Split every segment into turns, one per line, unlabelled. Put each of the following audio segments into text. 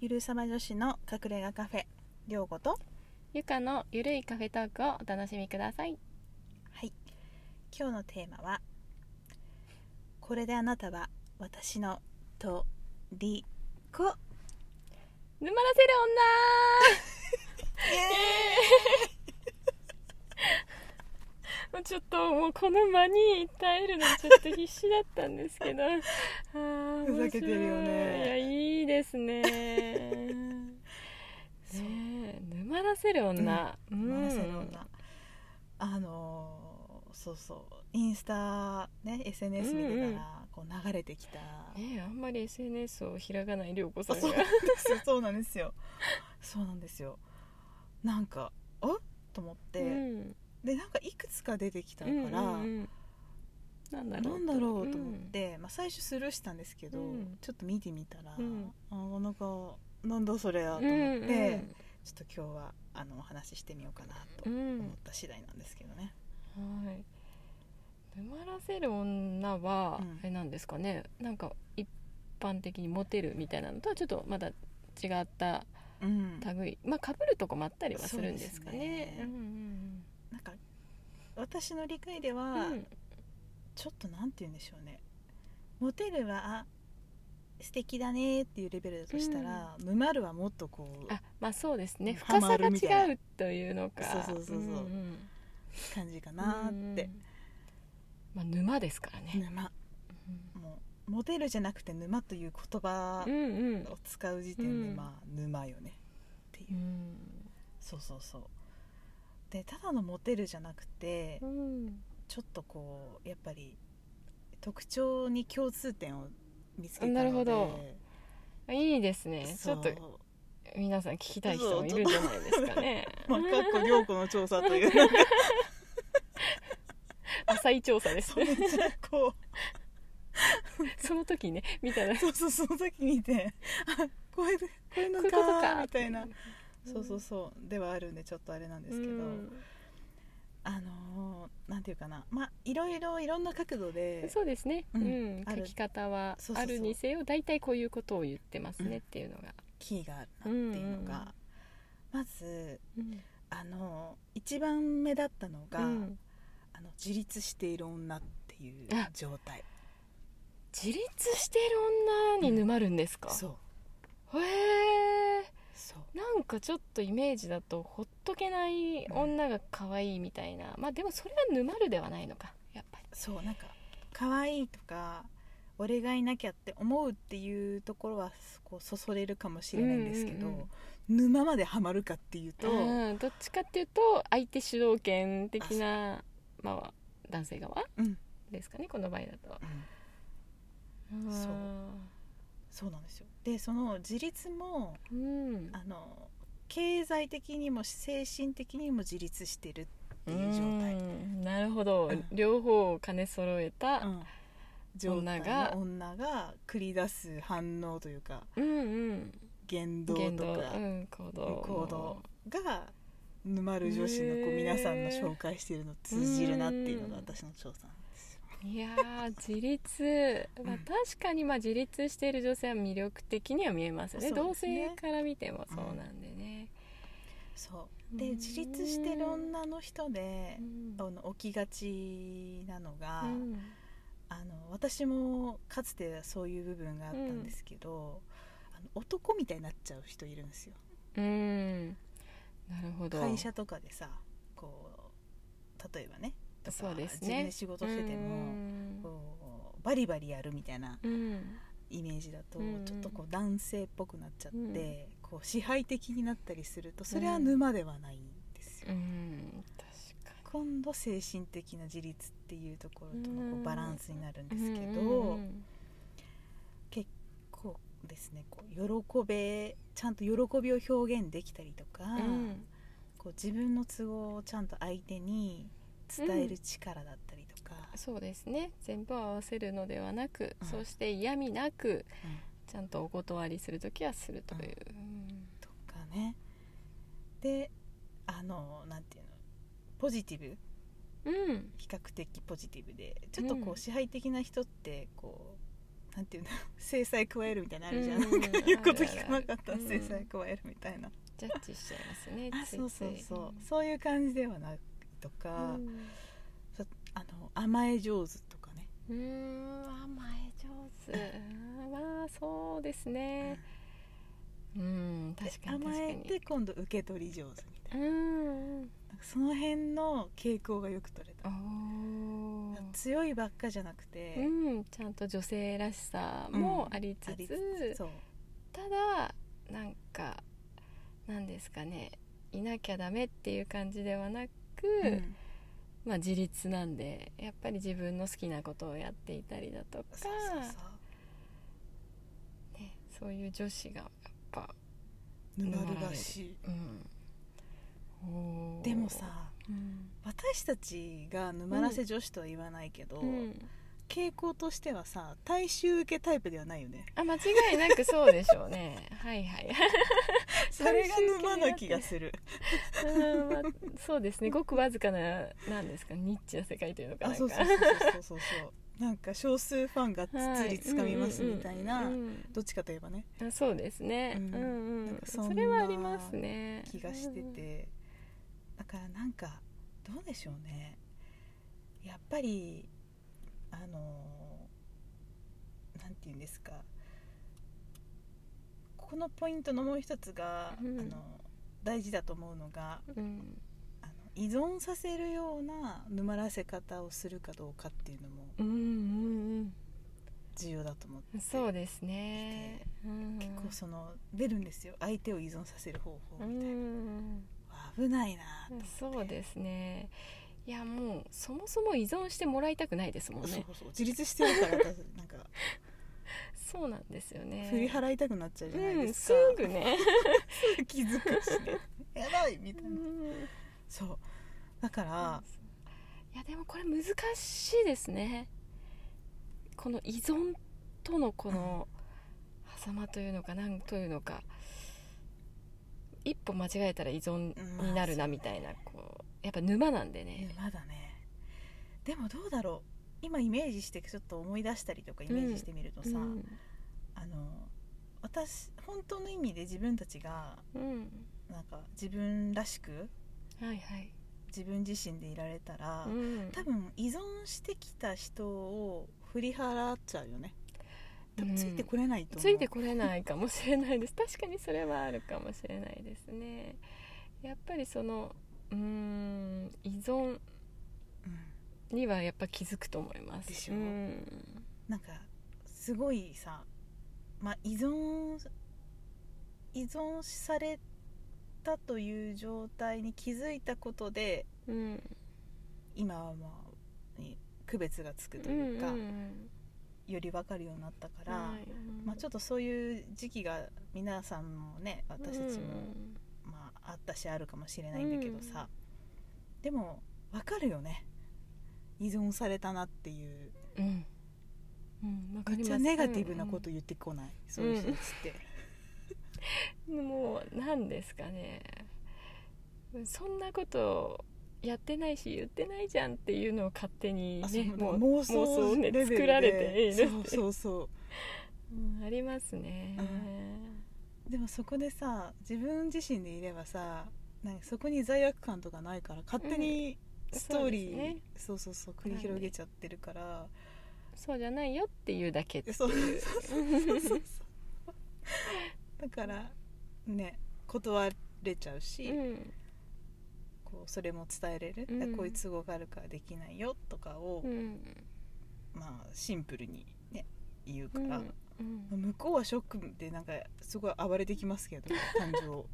ゆるさま女子の隠れ家カフェりょうごと
ゆかのゆるいカフェトークをお楽しみください
はい今日のテーマは「これであなたは私のとりこ
沼らせる女もうちょっともうこの間に耐えるのちょっと必死だったんです けどあー
ふざけてるよね
面白いいやいいです ねねえ沼らせる女、う」ん
マラセロンなあのーそうそうインスタね SNS 見てたら、
うんうん
こう流れてきた、
ねえあんまり SNS を開かない涼子さんが
そうなんですよそうなんですよそうなんですよなんか「おと思って、
うん
でなんかいくつか出てきた
だ
から、
なんだろ
な
うん
だろうと思って、まあ、最初スルーしたんですけど、
うん
ちょっと見てみたら、
うん
あなんかなんだそれや
う
と
ん
思って、
うん
ちょっと今日はあのお話ししてみようかなと
うんうん
思った次第なんですけどね、
はい。沼らせる女は、
うん
あれなんですかね。なんか一般的にモテるみたいなのとはちょっとまだ違った
うん、
類、まあ被るとこもあったりはするんですかね。
そうですね
うんうん
なんか私の理解で
う
は、
んうん
ちょっとなんて言うんでしょうねモテるはあ素敵だねっていうレベルだとしたら、沼るはもっとこう
あ、まあそうですね。
ハ
深
マ
さが
るみたいな
違うというのか。
そうそうそうそうん
ん
感じかなーって、。
まあ沼ですからね。
沼もうモテるじゃなくて沼という言葉
うんうん。
を使う時点で、
うん
まあ沼よねっていうう、
ん
そうそうそうでただのモテるじゃなくて、
うん。
ちょっとこうやっぱり特徴に共通点を見つけたので
なるほどいいですね。ち
そ
ょっ
う
と皆さん聞きたい人もいるんじゃないですかね。
まあ、かっこ 良子の調査というなんか
浅い調査です
そうめっちゃこう
その時ねみたいな
そうそうその時見てあこれこれの
こう
か
いうことか
みたいなそうそう
で
そうではあるんでちょっとあれなんですけど、あのーなんていうかなまあいろいろいろんな角度で
そうですね、
う
うんん
ある
書き方は
そうそうそう
あるにせよ大体こういうことを言ってますねっていうのが、
キーがあるなっていうのが、まず
うん
あのー一番目立ったのが、
うん
あの自立している女っていう
あ
状態
自立してる女に沼るんですか、
そう
へえ
そう
なんかちょっとイメージだとほっとけない女が可愛いみたいな、まあでもそれは沼るではないのかやっぱり
そうなんか可愛いとか俺がいなきゃって思うっていうところはこうそそれるかもしれないんですけど、
うんうん
沼まではまるかっていうと、
うん、どっちかっていうと相手主導権的なまあ男性側
うん
ですかねこの場合だと
うん
そう
そうなんですよでその自立も
うん
あの経済的にも精神的にも自立してるっていう状態、
うんなるほど、
うん
両方を兼ね揃え
う
た、
ん状態の
女が
女が繰り出す反応というか
うん、うん
言動
言動
とか
うん、行動
行動が沼る女子のこう
へー
皆さんの紹介しているの通じるなっていうのが
うん
私の調査なんですよ。
いやー自立、まあ、確かにまあ自立している女性は魅力的には見えますね
そう
同
ですね
性から見てもそうなんでね、
そうで自立してる女の人で
う、ん
あの起きがちなのが、
うん
あの私もかつてはそういう部分があったんですけど、あの男みたいになっちゃう人いるんですよ。
うんなるほど
会社とかでさこう例えばねとか
そうですね
自分で仕事してて
う
も、
ん
こうバリバリやるみたいな
うん
イメージだと、
うんうん
ちょっとこう男性っぽくなっちゃって、
うん
こう支配的になったりするとそれは沼ではないんですよ、
うん確か
今度精神的な自立っていうところとのこ
う
うんバランスになるんです
に
けど、
うんうん
結構ですねこう喜べちゃんと喜びを表現できたりとか、
うん
こう自分の都合をちゃんと相手に伝える力だったりとか、
そうですね全部を合わせるのではなく、
うん
そして嫌味なく
うん
ちゃんとお断りする時はするという、
とかねであのなんていうのポジティブ
うん
比較的ポジティブでちょっとこ
う
うん支配的な人ってこう、なんていうの 制裁加えるみたいなのあるじゃん、
うんうん
なんか 言うこと聞かなかっ
あ
た
るある
制裁加えるみたいな、
ジャッジしちゃいますね
あ
ついつい
そうそうそうそういう感じではなくとか、そあの甘え上手とかね、
うんうーん甘え上手うんまあそうですねうん
で
確かに確
甘
か
え
に
て今度受け取り上手みたいな
うんうん
なんかその辺の傾向がよく取れた、
おー
強いばっかじゃなくて、
うん、ちゃんと女性らしさもありつ
あり
つ,、
そう
ただなんかなんですかねいなきゃダメっていう感じではなく、
うん
まあ、自立なんでやっぱり自分の好きなことをやっていたりだとか
そうそうそう
ね、そういう女子がやっぱ、
沼るらし
うん、お
い
ー
でも、さ
うん
私たちが沼らせ女子とは言わないけど、
うん
傾向としてはさ大衆受けタイプではないよ ね
あ間違いなくそうでしょうねはいはい
それが沼な気がする
うんまあ、そうですねごくわずかななんですかニッチな世界というのか
あ
なんか
そうそうそうそうそうそうなんか少数ファンがつ
は
つ
い
りつかみますみたいな、
うんうんうん
どっちかといえばね
あそうですね、
う
うんんうん
なんかそん
そ
な
れはありますね
気がしててだからなんかどうでしょうねやっぱりあのなんて言うんですかここのポイントのもう一つが、
うん
あの大事だと思うのが
うん
あの依存させるような沼らせ方をするかどうかっていうのも
うんうん
重要だと思って
うんそうですね、うん、
結構その出るんですよ相手を依存させる方法
う
みたいな、
ん
危ないなと思って
そうですねいやもうそもそも依存してもらいたくないですもん
そう
ね
そう自立してるから私なんか
そうなんですよね
振り払いたくなっちゃうじゃないですか、
うんすぐ ね、
ぐ気づくしね やばいみたいな、
うん
そうだから
いやでもこれ難しいですねこの依存とのこの狭間というのか何というのか一歩間違えたら依存になるなみたいなこうやっぱ沼なんでね
まだねでもどうだろう今イメージしてちょっと思い出したりとかイメージしてみるとさ、
うん
あの私本当の意味で自分たちが
うん
なんか自分らしく
はいはい
自分自身でいられたら、
うん
多分依存してきた人を振り払っちゃうよね多分ついてこれないと思う、
ついてこれないかもしれないです確かにそれはあるかもしれないですねやっぱりそのうーん依存
うん
にはやっぱ気づくと思います
でしょ
うん
なんかすごいさ、まあ、依存依存されたという状態に気づいたことで
うん
今はまあね区別がつくというか、より分かるようになったから、まあ、ちょ
っ
っとそういう時期が皆さんもね私たちも、まあ、あったしあるかもしれないんだけどさ、でも分かるよね依存されたなっていう
うん、うんわか
め
り
っ
ます
ちゃネガティブなこと言ってこない、そういう人たちって。
うんうんもう何ですかねそんなことやってないし言ってないじゃんっていうのを勝手に
あそう
ねもう
妄
妄想
想
をね
レベルで
作られているって
そうそうそ
うんありますね、
ううでもそこでさ自分自身でいればさなんかそこに罪悪感とかないから勝手にストーリー、
そうですね
そうそうそう繰り広げちゃってるから
そうじゃないよっていうだけ
そう そうそうそうだからね断れちゃうし、
うん
こうそれも伝えれる、
うん
こういう都合があるからできないよとかを、
うん
まあシンプルにね言う
う
か
ん
ら、
うん
向こうはショックでなんかすごい暴れてきますけど感情 を、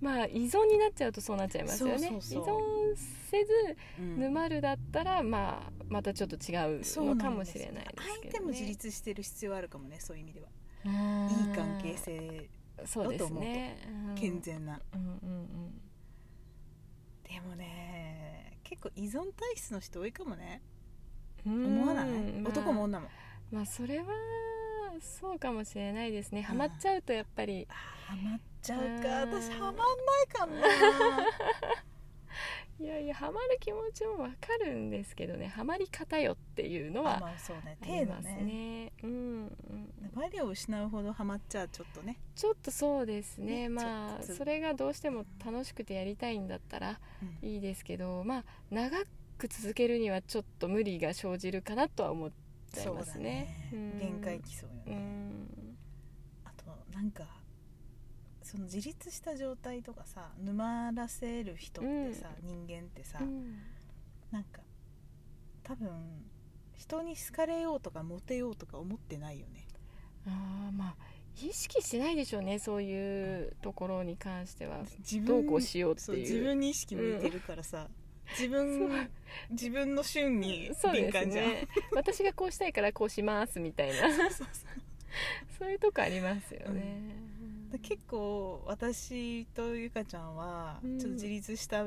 まあ依存になっちゃうとそうなっちゃいますよね
そうそう
依存せず
うん
沼るだったら、まあ、またちょっと違う
そう
の
な
か
ん
も
で
し
す
れないですけ
相手
ど、ね、
も自立してる必要あるかもねそういう意味では
う
い
ん
い関係性
そうですね
健、全な、
うんうんうん
でもね結構依存体質の人多いかもね
うん、
思わない、
うんまあ
男も女も
まあそれはそうかもしれないですねハマっちゃうとやっぱり
あーハマっちゃうか
うん
私ハマんないかな
いやいやハマる気持ちもわかるんですけどねハマり方よっていうの
あ
は
まあそうね
あ
程
り
度
ます
ね
ね。うんうんうん
バリを失うほどハマっちゃちょっとね、
ちょっとそうです
ね
ねまあ
ちょっと
それがどうしても楽しくてやりたいんだったら
うん
いいですけどまあ長く続けるにはちょっと無理が生じるかなとは思っちゃい
そう
ま
だ
すね。うん
限界来そうよ
う
ね、
ん
あとなんかその自立した状態とかさ沼らせる人ってさ、人間ってさ、
うん
なんか多分人に好かれようとかモテようとか思ってないよね
あーまあ意識しないでしょうねそういうところに関しては
自分
どうこうしようっ
そう
て
自
いう。
分に意識向いてるからさ、自
そう
分自分の旬に
そう
敏
です
感じゃん
ね 私がこうしたいからこうしますみたいな
そうそう
そういうとこありますよね、
だ結構私とゆかちゃんは、
うん
ちょっと自立した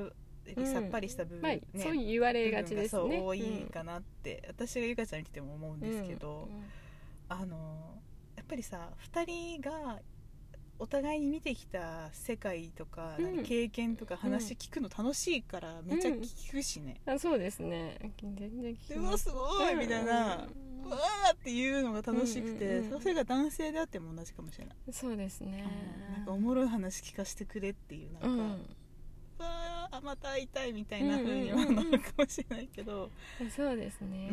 よりさっぱりした部分、
まあ、
ね
そう言われが
部
ち
分が
です
そう
ね
多いかなって、私がゆかちゃんに来ても思うん
うん
ですけど、あのやっぱりさ2人がお互いに見てきた世界とか、
うん
なんか経験とか話聞くの楽しいからめっちゃ聞くしね、
うんあそうですね全然聞
でうわすごいみたいな、うわーっていうのが楽しくて、
うんうんうん
それが男性であっても同じかもしれない、
そうですね
なんかおもろい話聞かせてくれっていうなんか、うわーまた会いたいみたいな風にはなるかもしれないけど、
うん、そうですね、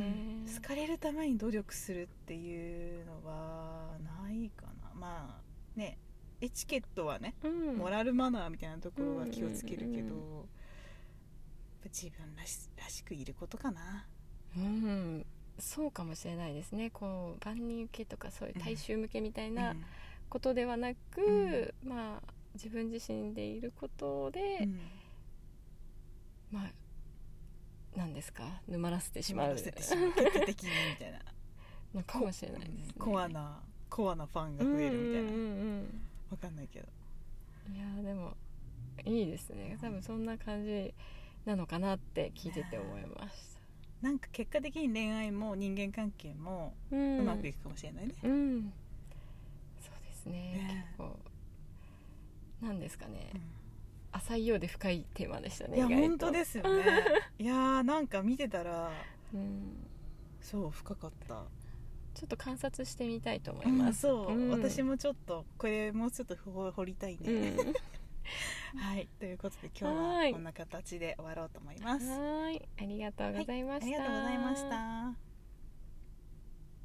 うん好かれるために努力するっていうのはないかなまあねエチケットはね
うん
モラルマナーみたいなところは気をつけるけど、
うんうん
やっぱ自分らしらしくいることかな
うんそうかもしれないですねこう万人受けとかそういう大衆向けみたいな
うん
ことではなく、
う
まあ自分自身でいることで、
うん
まあなんですか沼らせてしまう
縛らせてしまう決定的にみたいな、
のかもし れないですね
うんコアなコアなファンが増えるみたいな
うんうん
わかんないけど
うんうんいやーでもいいですね多分そんな感じなのかなって聞いてて思いまし
なんか結果的に恋愛も人間関係も
た、う
うんまくいくかもしれないね、
うんそうですね
ね
結構なんですかね、
うん
浅いようで深いテーマでしたね
いや
意外と
本当ですよねいやーなんか見てたら
うん
そう深かった
ちょっと観察してみたいと思い
うん
ます、
そう、
うん
私もちょっとこれもうちょっと掘掘りたいね、
うん は
はいということで今日
は
はいこんな形で終わろうと思います、
ーいありがとうございま
あ
した、
りがとうございました